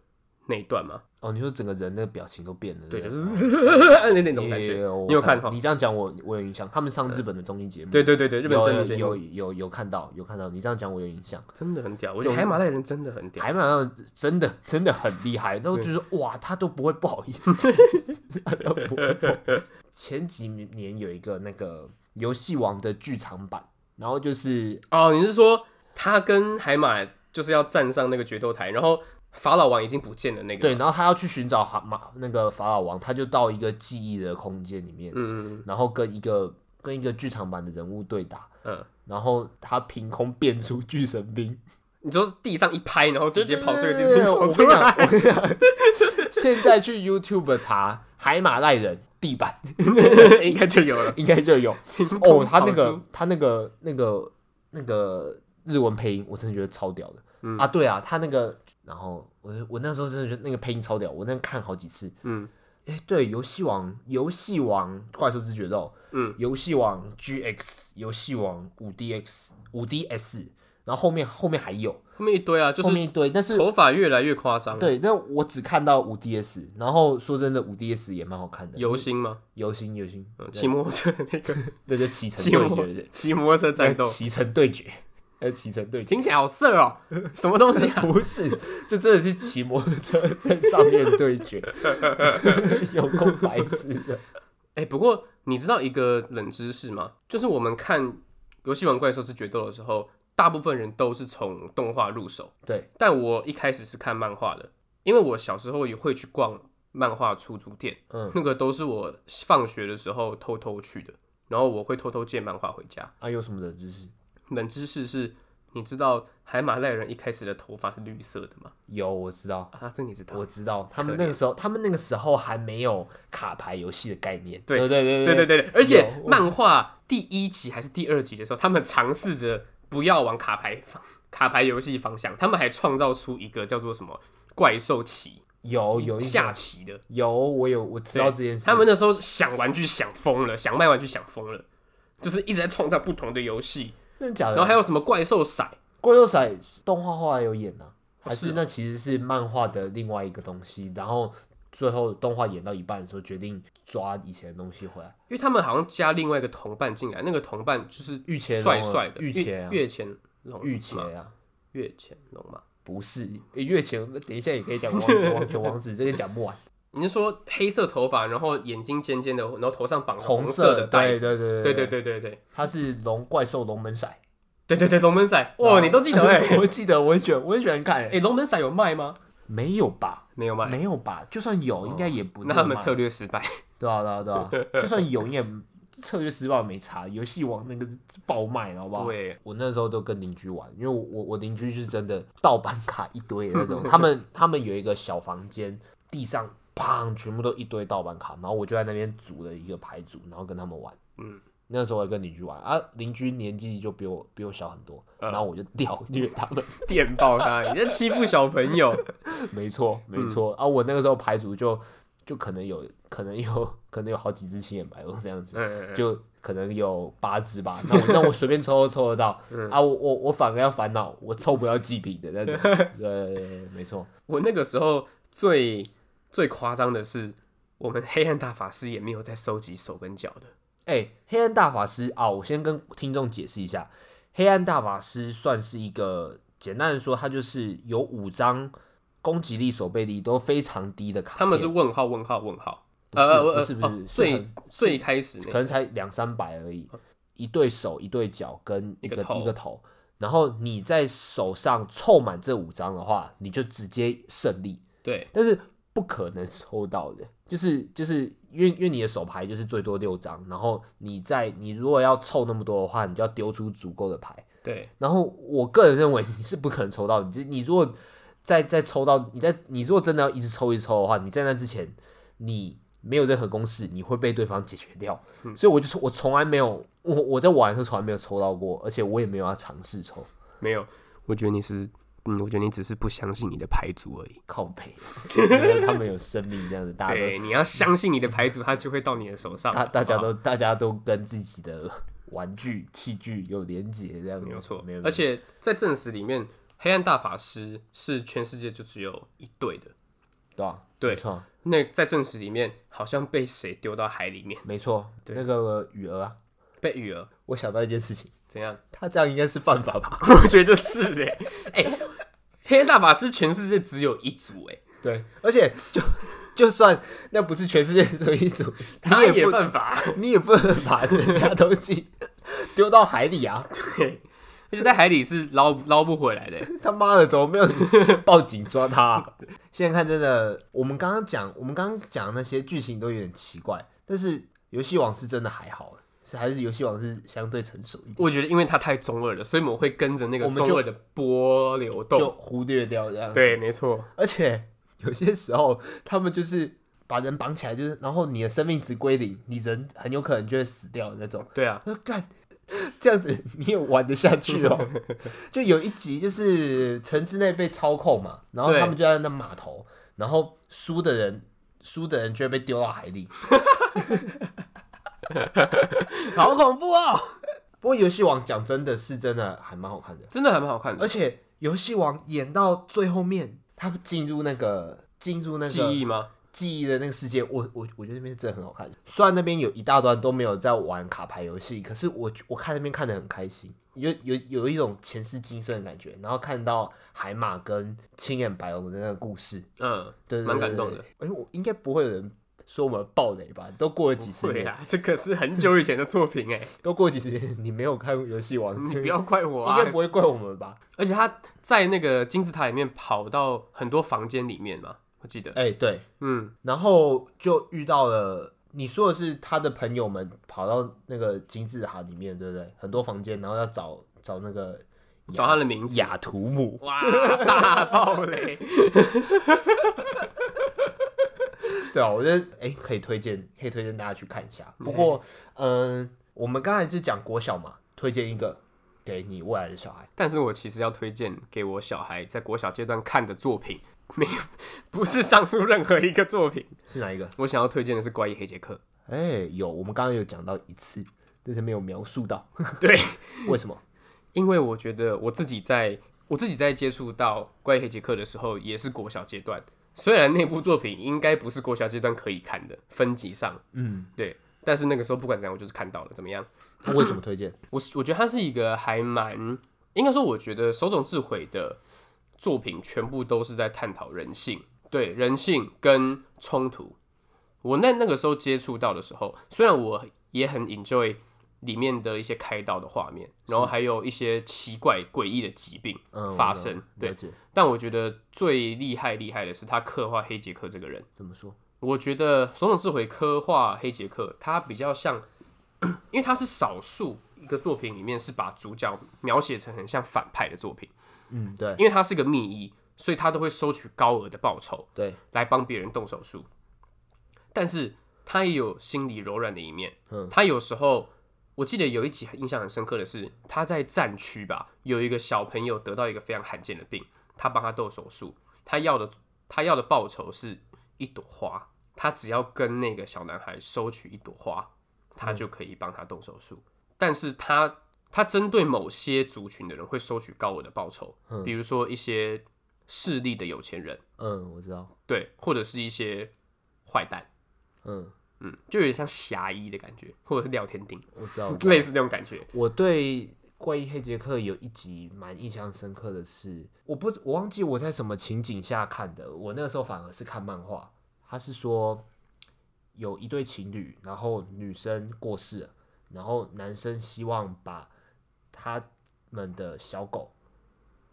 那一段吗？
哦，你说整个人的表情都变了，
对，
不哎
就是 那那种感觉
也，
你有看
到
哈？
你这样讲我我有印象，他们上日本的综艺节目，
对对对对，日本真的
有
节目
有有有看到有看到，你这样讲我有印象。
真的很屌，我觉得海马赖人真的很屌。
海马上真的真的很厉害，然后觉得哇，他都不会不好意思， 他都不会不好意思。前几年有一个那个游戏王的剧场版，然后就是
哦，你是说他跟海马就是要站上那个决斗台，然后法老王已经不见了那个？
对，，然后他要去寻找蛤马那个法老王，他就到一个记忆的空间里面，
嗯
然后跟一个跟一个剧场版的人物对打，
嗯嗯，
然后他凭空变出巨神兵，
你说地上一拍，然后 直接跑出来，
对
直
对
接
对
跑
我
出
跟你讲，
来。
我跟你讲， 现在去 YouTube 查海马赖人地板，
应该就有了。
应该就有
空
哦。他那
跑
个
出
他那个那个那个日文配音，我真的觉得超屌的、
嗯
啊！对啊，他那个，然后我我那时候真的觉得那个配音超屌，我那个看好几次。
嗯，
哎、对，游戏王，游戏王，怪兽之决斗，
嗯，
游戏王 GX，游戏王五 DX，五 DS，然后后面后面还有，
后面一堆啊，就
后
是
面一堆，但是
头发越来越夸张。，
对，那我只看到五 DS，然后说真的，五 DS 也蛮好看的，
游行吗？
游星游星，
嗯，骑
对
摩托车的那 个，
那就骑乘
骑摩
对对
骑摩托车战斗
对，，骑乘对决，呃，骑乘 对决，
听起来好色 哦，什么东西啊？
不是，就真的是骑摩托车在上面 对决，有够白痴的。
哎、不过你知道一个冷知识吗？就是我们看《游戏王怪兽之决斗》的时候，大部分人都是从动画入手，
对，
但我一开始是看漫画的，因为我小时候也会去逛漫画出租店，
嗯，
那个都是我放学的时候偷偷去的，然后我会偷偷借漫画回家。
啊，有什么冷知识？
冷知识是，你知道海马赖人一开始的头发是绿色的吗？
有，我知道，
啊，这你知道？
我知道，他们那个时候，他们那个时候还没有卡牌游戏的概念，
对
对对
对
对
对
对
对对，而且
有我
漫画第一集还是第二集的时候，他们尝试着不要往卡牌方卡牌游戏方向，他们还创造出一个叫做什么怪兽棋
有有一
下棋的。
有，我有我知道这件事，
他们那时候想玩具想疯了，想卖玩具想疯了，就是一直在创造不同的游戏，
真的假的？
然后还有什么怪兽骰，
怪兽骰动画后来有演啊，还
是
是
哦
那其实是漫画的另外一个东西，然后最后动画演到一半的时候决定抓以前的东西回来，
因为他们好像加另外一个同伴进来，那个同伴就是
御前龙
帅
啊
帅的
御前啊
月前龙
御
嘛
前啊。
月前龙嘛。
不是，诶月前等一下也可以讲网 网球王子，这个讲不完。
你是说黑色头发，然后眼睛尖尖的，然后头上绑
红
色
的，
的带
对
子？
对
对
对对
对，对对对
它是龙怪兽龙门骰。
对对对，龙门骰，哇，你都记得哎、欸？
我记得，我很喜欢，我很喜欢看、
哎，龙门骰有卖吗？
没有吧？
没有卖，
没有吧？就算有，应该也不
哦那
这
他
么
们
慢
策略失败。
对啊，对啊，对 啊，就算有，应该也策略失败没差。游戏王那个爆卖，好不好？
对，啊
我那时候都跟邻居玩，因为我我我邻居是真的盗版卡一堆的那种，他们他们有一个小房间，地上砰全部都一堆盗版卡，然后我就在那边组了一个牌组，然后跟他们玩。
嗯，
那时候我还跟邻居玩啊，邻居年纪就比我比我小很多，
嗯
然后我就钓 虐他们。
电爆他，你在欺负小朋友。
没错，没错、啊！我那个时候牌组就就可能有可能有可能有好几只青眼白鹿这样子，
嗯，
就可能有八只吧。那我那我随便抽都抽 得到、
嗯
啊！我我我反而要烦恼，我抽不到祭品的 那种。对，没错，
我那个时候最最夸张的是，我们黑暗大法师也没有在收集手跟脚的。
哎、黑暗大法师啊，我先跟听众解释一下，黑暗大法师算是一个简单的说，它就是有五张攻击力、守备力都非常低的卡片，
他们是问号问号问号，
不是
呃，呃
不是不是
呃
是
哦最
很
最开始那
可
个
能才两三百而已，一对手、一对脚跟一
一个
个
头
一个头，然后你在手上凑满这五张的话，你就直接胜利，
对，
但是不可能抽到的，就是就是因为因为你的手牌就是最多六张，然后你在你如果要凑那么多的话，你就要丢出足够的牌，
对，
然后我个人认为你是不可能抽到，你这你如果再再抽到，你在你如果真的要一直抽一直抽的话，你在那之前你没有任何公式，你会被对方解决掉。
嗯
所以我就说，我从来没有我我在玩的时候从来没有抽到过，而且我也没有要尝试抽
没有。我觉得你是，嗯，我觉得你只是不相信你的牌组而已。
靠 背，因为他们有生命这样子，大家都
对，啊你要相信你的牌组，它就会到你的手上。
啊大大家
好
都大家都跟自己的玩具器具有连结，这样子
没有错
没有，
而且在正史里面，黑暗大法师是全世界就只有一对的。
对吧？
对
没错，
那在正史里面，好像被谁丢到海里面，
没错，那个雨儿啊，
被雨儿
我想到一件事情，
怎样？
他这样应该是犯法吧？
我觉得是哎、欸、黑暗大法师全世界只有一组哎、
对，而且就就算那不是全世界只有一组，
他
你也
也
不
犯法，
你也不能把人家东西丢到海里啊！
对，而且在海里是捞捞不回来的欸、
他妈的，怎么没有人报警抓他啊、 现在看真的，我们刚刚讲，我们刚刚讲那些剧情都有点奇怪，但是游戏王是真的还好，是还是游戏王是相对成熟一点，
我觉得因为他太中二了，所以我们会跟着那个
我们就
中二的波流
就
动。
忽略掉这样。，
对，没错，
而且有些时候他们就是。把人绑起来，就是然后你的生命值归零，你人很有可能就会死掉的那种。
对啊，
我说干，这样子你也玩得下去哦？ 就有一集就是城之内被操控嘛，然后
对
他们就在那码头，然后输的人输的人就会被丢到海 里。
好恐怖哦，
不过游戏王讲真的是真的还蛮好看的，
真的还蛮好看的
而。且游戏王演到最后面，他进入那个进入那个
记忆吗？
记忆的那个世界，我我我觉得那边是真的很好看。虽然那边有一大段都没有在玩卡牌游戏，可是我我看那边看得很开心，有有有一种前世今生的感觉。然后看到海马跟青眼白龙的那个故事，
嗯，
对对对
蛮感动的。
对对哎，我应该不会有人说我们暴雷吧，都过了几十
对
年，
啊，这可是很久以前的作 品哎、
都过了几十年，你没有看游戏王，
你
这个
不要怪我
应
啊！
该不会怪我们吧？
而且他在那个金字塔里面跑到很多房间里面嘛，我记得，
哎、对，
嗯，
然后就遇到了。你说的是他的朋友们跑到那个金字塔里面，对不对？很多房间，然后要找找那个
找他的名字，
雅图姆，
哇，大爆雷！
对啊，我觉得哎、诶可以推荐，可以推荐大家去看一下。不过，嗯、我们刚才是讲国小嘛，推荐一个给你未来的小孩，
但是我其实要推荐给我小孩在国小阶段看的作品， 没有不是上述任何一个作品，
是哪一个？
我想要推荐的是《怪异黑杰克
哎、有，我们刚刚有讲到一次，但是没有描述到》。
对，
为什么。
因为我觉得我自己在我自己在接触到《怪异黑杰克》的时候，也是国小阶段。虽然那部作品应该不是国小阶段可以看的分级上，
嗯，
对，但是那个时候不管怎样，我就是看到了，怎么样？
那为什么推荐？
我我觉得它是一个还蛮，应该说，我觉得手冢智慧的作品全部都是在探讨人性，对人性跟冲突。我那那个时候接触到的时候，虽然我也很 enjoy 里面的一些开刀的画面，然后还有一些奇怪诡异的疾病
嗯，
发
我
生，
了
对
了，解
但我觉得最厉害厉害的是他刻画黑杰克这个人。
怎么说？
我觉得手冢智慧刻画黑杰克，他比较像，因为他是少数一个作品里面是把主角描写成很像反派的作品，
嗯，对
因为他是个密医，所以他都会收取高额的报酬
对，
来帮别人动手术。但是他也有心理柔软的一面，
嗯
他有时候我记得有一集印象很深刻的是，他在战区吧，有一个小朋友得到一个非常罕见的病，他帮他动手术，他要的他要的报酬是一朵花，他只要跟那个小男孩收取一朵花，他就可以帮他动手术。但是他他针对某些族群的人会收取高额的报酬，
嗯
比如说一些势力的有钱人，
嗯，我知道，
对，或者是一些坏蛋。
嗯，
嗯，就有点像侠医的感觉，或者是廖天丁，
我知道，我知道
类似那种感觉。
我对《怪医黑杰克》有一集蛮印象深刻的是，我不我忘记我在什么情景下看的，我那个时候反而是看漫画。他是说有一对情侣，然后女生过世了，然后男生希望把他们的小狗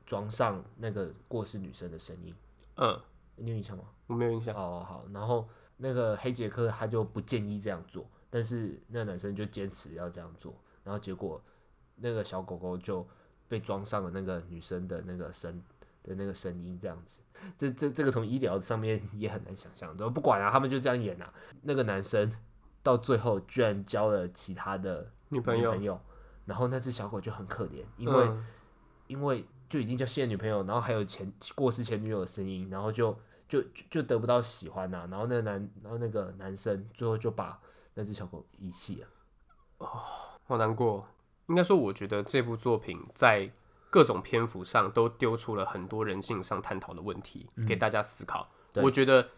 装上那个过世女生的声音，
嗯，
你有印象吗？
我没有印象。
哦，好，然后那个黑杰克他就不建议这样做，但是那男生就坚持要这样做，然后结果那个小狗狗就被装上了那个女生的那个声的那个声音，这样子，这这这个从医疗上面 也很难想象，都不管了、他们就这样演啊。那个男生到最后居然交了其他的
女朋
女
友
朋，友，然后那只小狗就很可怜，因为、
嗯
因为就已经交现任女朋友，然后还有前过世前女友的声音，然后就就就就得不到喜欢呐、然后那个男，然后那个男生最后就把那只小狗遗弃了。
好难过。应该说，我觉得这部作品在各种篇幅上都丢出了很多人性上探讨的问题、给大家思考。
嗯对
我觉得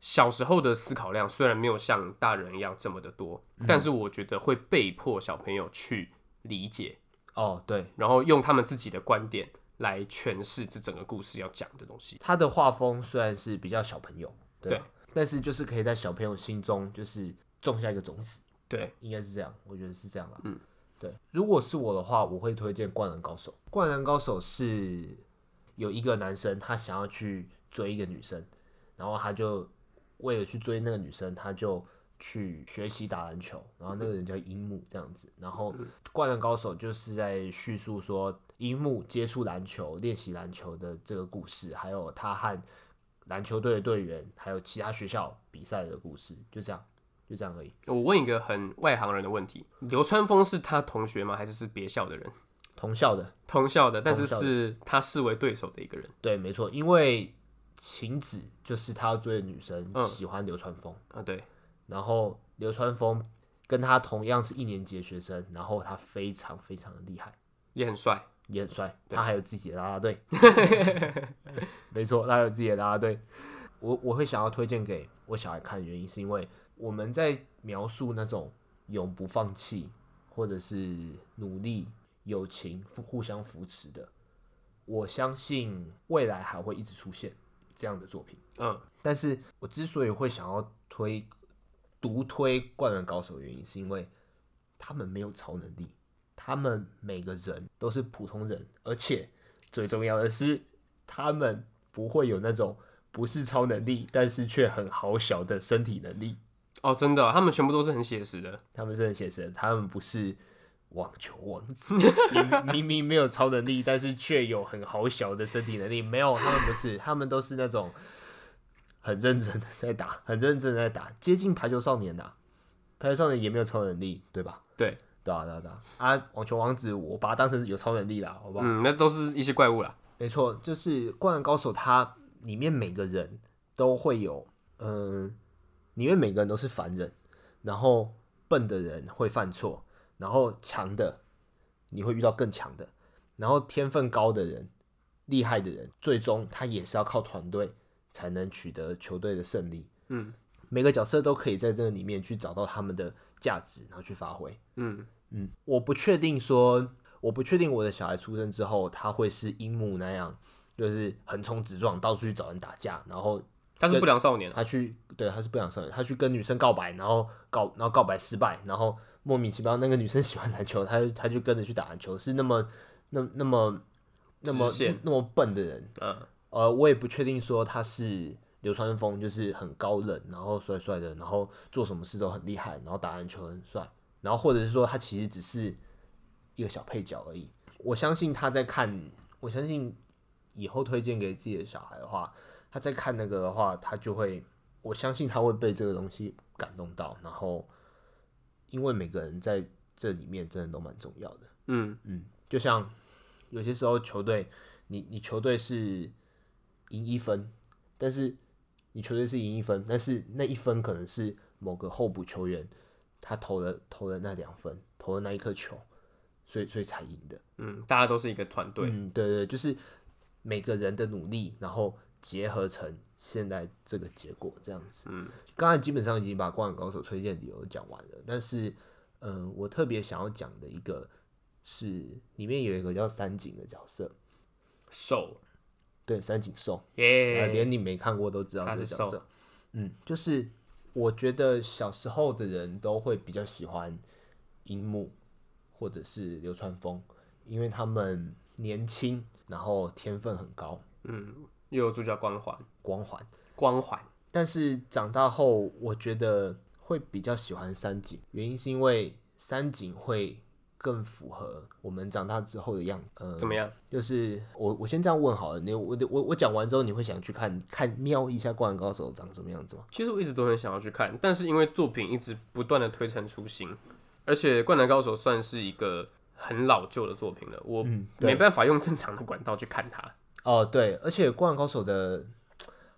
小时候的思考量虽然没有像大人一样这么的多，
嗯
但是我觉得会被迫小朋友去理解，
哦，对，
然后用他们自己的观点来诠释这整个故事要讲的东西。
他的画风虽然是比较小朋友，对吧，
对
但是就是可以在小朋友心中就是种下一个种子，
对，
应该是这样，我觉得是这样啦。
嗯，
对。如果是我的话，我会推荐《灌篮高手》。《灌篮高手》是有一个男生，他想要去追一个女生，然后他就为了去追那个女生，他就去学习打篮球，然后那个人叫樱木这样子。然后《灌篮高手》就是在叙述说樱木接触篮球、练习篮球的这个故事，还有他和篮球队的队员，还有其他学校比赛的故事，就这样，就这样而已。
我问一个很外行人的问题：流川枫是他同学吗？还是是别校的人？
同校的，
同校的，但是
同校的
是他视为对手的一个人
对，没错，因为晴子就是他要追的女生
嗯
喜欢流川枫，
啊，对，
然后流川枫跟他同样是一年级的学生，然后他非常非常的厉害，
也很帅。
也很帅，
对
他还有自己的啦啦 队，没错，他有自己的啦啦队。我我会想要推荐给我小孩看的原因，是因为我们在描述那种永不放弃，或者是努力、友情、互互相扶持的，我相信未来还会一直出现这样的作品。
嗯，
但是我之所以会想要推独推《灌篮高手》的原因，是因为他们没有超能力，他们每个人都是普通人，而且最重要的是，他们不会有那种不是超能力，但是却很好小的身体能力。
哦，真的，他们全部都是很写实的。
他们是很写实的，他们不是网球王子， 明明明没有超能力，但是却有很好小的身体能力。没有，他们不是，他们都是那种很认真的在打，很认真的在打，接近排球少年的、啊。排球少年也没有超能力，对吧？
对，
对啊，对啊，对啊。啊，网球王子，我把他当成有超能力啦，好不好？
嗯，那都是一些怪物啦。
没错，就是《灌篮高手》，它里面每个人都会有，嗯、里面每个人都是凡人，然后笨的人会犯错，然后强的你会遇到更强的，然后天分高的人、厉害的人，最终他也是要靠团队才能取得球队的胜利。
嗯，
每个角色都可以在这个里面去找到他们的价值，然后去发挥。
嗯，
嗯，我不确定说，我不确定我的小孩出生之后，他会是樱木那样，就是横冲直撞，到处去找人打架，然后
他是不良少年啊。
他去对他是不想上人，他去跟女生告白，然后告然后告白失败，然后莫名其妙那个女生喜欢篮球，他就他就跟着去打篮球，是那么那那么那么
直线
那么笨的人，
嗯，
呃，我也不确定说他是流川枫，就是很高冷，然后帅帅的，然后做什么事都很厉害，然后打篮球很帅，然后或者是说他其实只是一个小配角而已。我相信他在看，我相信以后推荐给自己的小孩的话，他在看那个的话，他就会，我相信他会被这个东西感动到，然后因为每个人在这里面真的都蛮重要的。
嗯，
嗯，就像有些时候球队，你你球队是赢一分，但是你球队是赢一分，但是那一分可能是某个候补球员他投了投了那两分，投了那一颗球，所以所以才赢的。
嗯，大家都是一个团队。
嗯，对对，就是每个人的努力，然后结合成现在这个结果这样子。
嗯，
刚才基本上已经把《灌篮高手》推荐理由讲完了，但是，嗯，我特别想要讲的一个是里面有一个叫三井的角色，
瘦，
对，三井寿，呃，
耶，
连你没看过都知道
他
这个
是
角
兽
色。嗯，就是我觉得小时候的人都会比较喜欢樱木或者是流川枫，因为他们年轻，然后天分很高，
又有主角光环，
光环。
光环。
但是长大后，我觉得会比较喜欢三井，原因是因为三井会更符合我们长大之后的样子。呃，
怎么样？
就是我我先这样问好了，你我我我讲完之后，你会想去看看瞄一下《灌篮高手》长什么样子吗？
其实我一直都很想要去看，但是因为作品一直不断的推陈出新，而且《灌篮高手》算是一个很老旧的作品了，我
嗯对
没办法用正常的管道去看它。
哦，对，而且《灌篮高手》的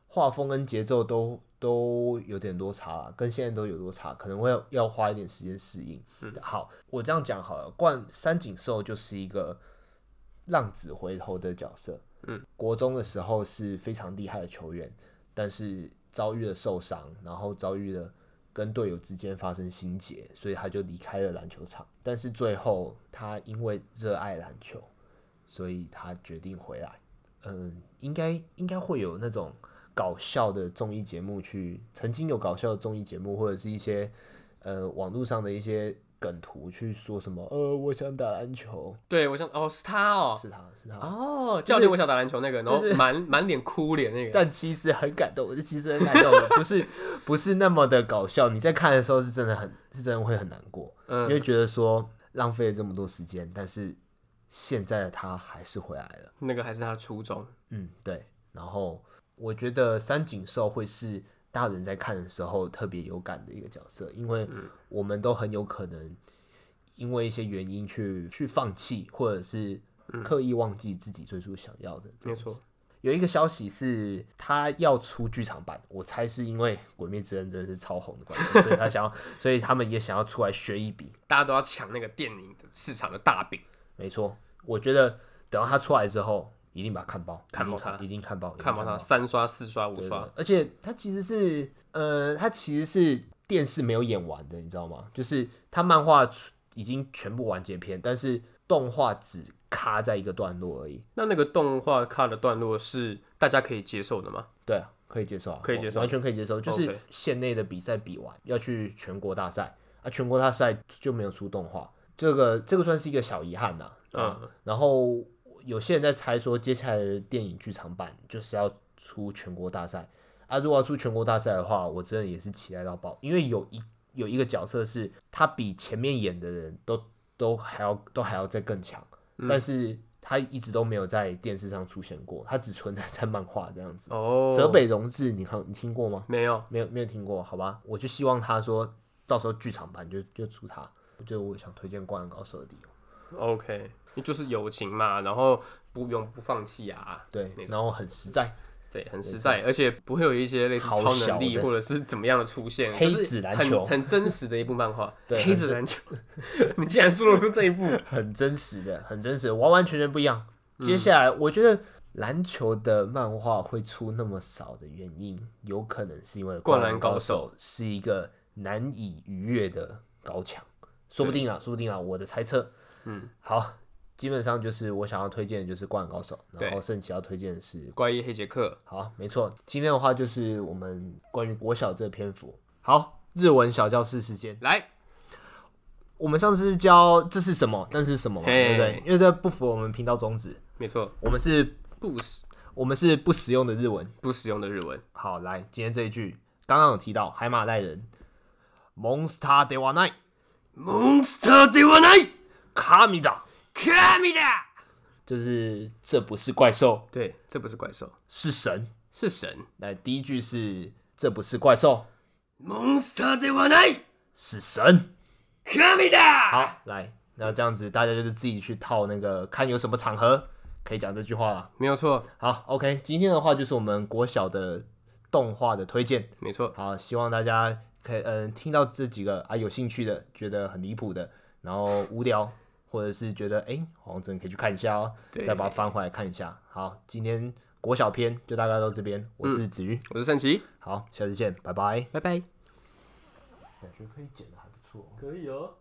画风跟节奏都都有点落差啦，跟现在都有落差，可能会要花一点时间适应。嗯，好，我这样讲好了，灌三井寿就是一个浪子回头的角色。嗯，国中的时候是非常厉害的球员，但是遭遇了受伤，然后遭遇了跟队友之间发生心结，所以他就离开了篮球场。但是最后他因为热爱篮球，所以他决定回来。嗯，应该应该会有那种搞笑的综艺节目去，曾经有搞笑的综艺节目，或者是一些呃网络上的一些梗图去说什么，呃，我想打篮球，
对，我想哦，是他哦，
是他是他，
哦，教练我想打篮球那个，然后满满脸哭脸那个，
但其实很感动，我是其实很感动的，不是不是那么的搞笑。你在看的时候是真的很是真的会很难过，因为
嗯，
觉得说浪费了这么多时间，但是现在的他还是回来了。
那个还是他的初衷。
嗯，对。然后我觉得三井寿会是大人在看的时候特别有感的一个角色，因为
嗯
我们都很有可能因为一些原因去去放弃，或者是
嗯
刻意忘记自己最初想要的。
没错，
有一个消息是他要出剧场版，我猜是因为《鬼灭之刃》真的是超红的关系，所以他想要， 所以他们也想要出来学一笔。
大家都要抢那个电影的市场的大饼，
没错，我觉得等到他出来之后，一定把它看爆，
看
一定
爆它
一定看爆，一定
看不到他三刷、四刷、五
对
刷，
而且它其实是呃，它其实是电视没有演完的，你知道吗？就是它漫画出已经全部完结篇，但是动画只卡在一个段落而已。
那那个动画看的段落是大家可以接受的吗？
对啊，可以接受啊，
可以接受
完全可以接受。就是
OK
县内的比赛比完，要去全国大赛啊，全国大赛就没有出动画，这个这个算是一个小遗憾呐、啊。
嗯
然后有些人在猜说，接下来的电影剧场版就是要出全国大赛啊。如果要出全国大赛的话，我真的也是期待到爆，因为有一有一个角色是他比前面演的人都都还要都还要再更强，
嗯
但是他一直都没有在电视上出现过，他只存在在漫画这样子。
哦，
泽北荣治，你看你听过吗？
没有，
没有没有听过，好吧，我就希望他说到时候剧场版就就出他，就我想推荐《灌篮高手》的理由。
OK，就是友情嘛，然后不永不放弃啊，
对
没，错
然后很实在，
对，很实在，而且不会有一些类似
好
超
小
能力
的
或者是怎么样的出现，
黑
就是
子篮
很
球
很真实的一部漫画，
对
黑
很
子
真
篮球， 你竟然说得出这一部，
很真实的，很真实的，完完全全不一样。接下来，我觉得篮球的漫画会出那么少的原因，有可能是因为《
灌
灌
篮
篮
高
高
手
手》是一个难以逾越的高墙，说不定啊，说不定啊，我的猜测。嗯，好，基本上就是我想要推荐的就是《灌篮高手》，
对
然后圣奇要推荐的是
怪异黑杰克，
好，没错，今天的话就是我们关于国小这个篇幅。好，日文小教室时间，
来，
我们上次是教这是什么，那是什么嘛，
嘿
对不对？因为这不符我们频道宗旨，
没错，
我们是，
不实
我们是不实用的日文。
不实用的日文，
好，来，今天这一句，刚刚有提到海马赖人，Monster de wa nai，
Monster d e v a n i
Kamida，
k a m i d a
就是这不是怪兽，
对，这不是怪兽，
是神。
是神
来，第一句是这不是怪兽，
，Monster d e v a n i
是神。
k a m i d a
好，啊来，那这样子大家就是自己去套那个，看有什么场合可以讲这句话啦。
没有错，
好，OK，今天的话就是我们国小的动画的推荐。
没错，
好，希望大家可以嗯、听到这几个啊有兴趣的，觉得很离谱的，然后无聊，或者是觉得哎、好像真的可以去看一下哦，
对
再把它翻回来看一下。好，今天国小篇就大概到这边，我是子瑜，
我是圣奇，
好，下次见，拜拜。
拜拜，
感觉可以剪的还不错。
可以哦。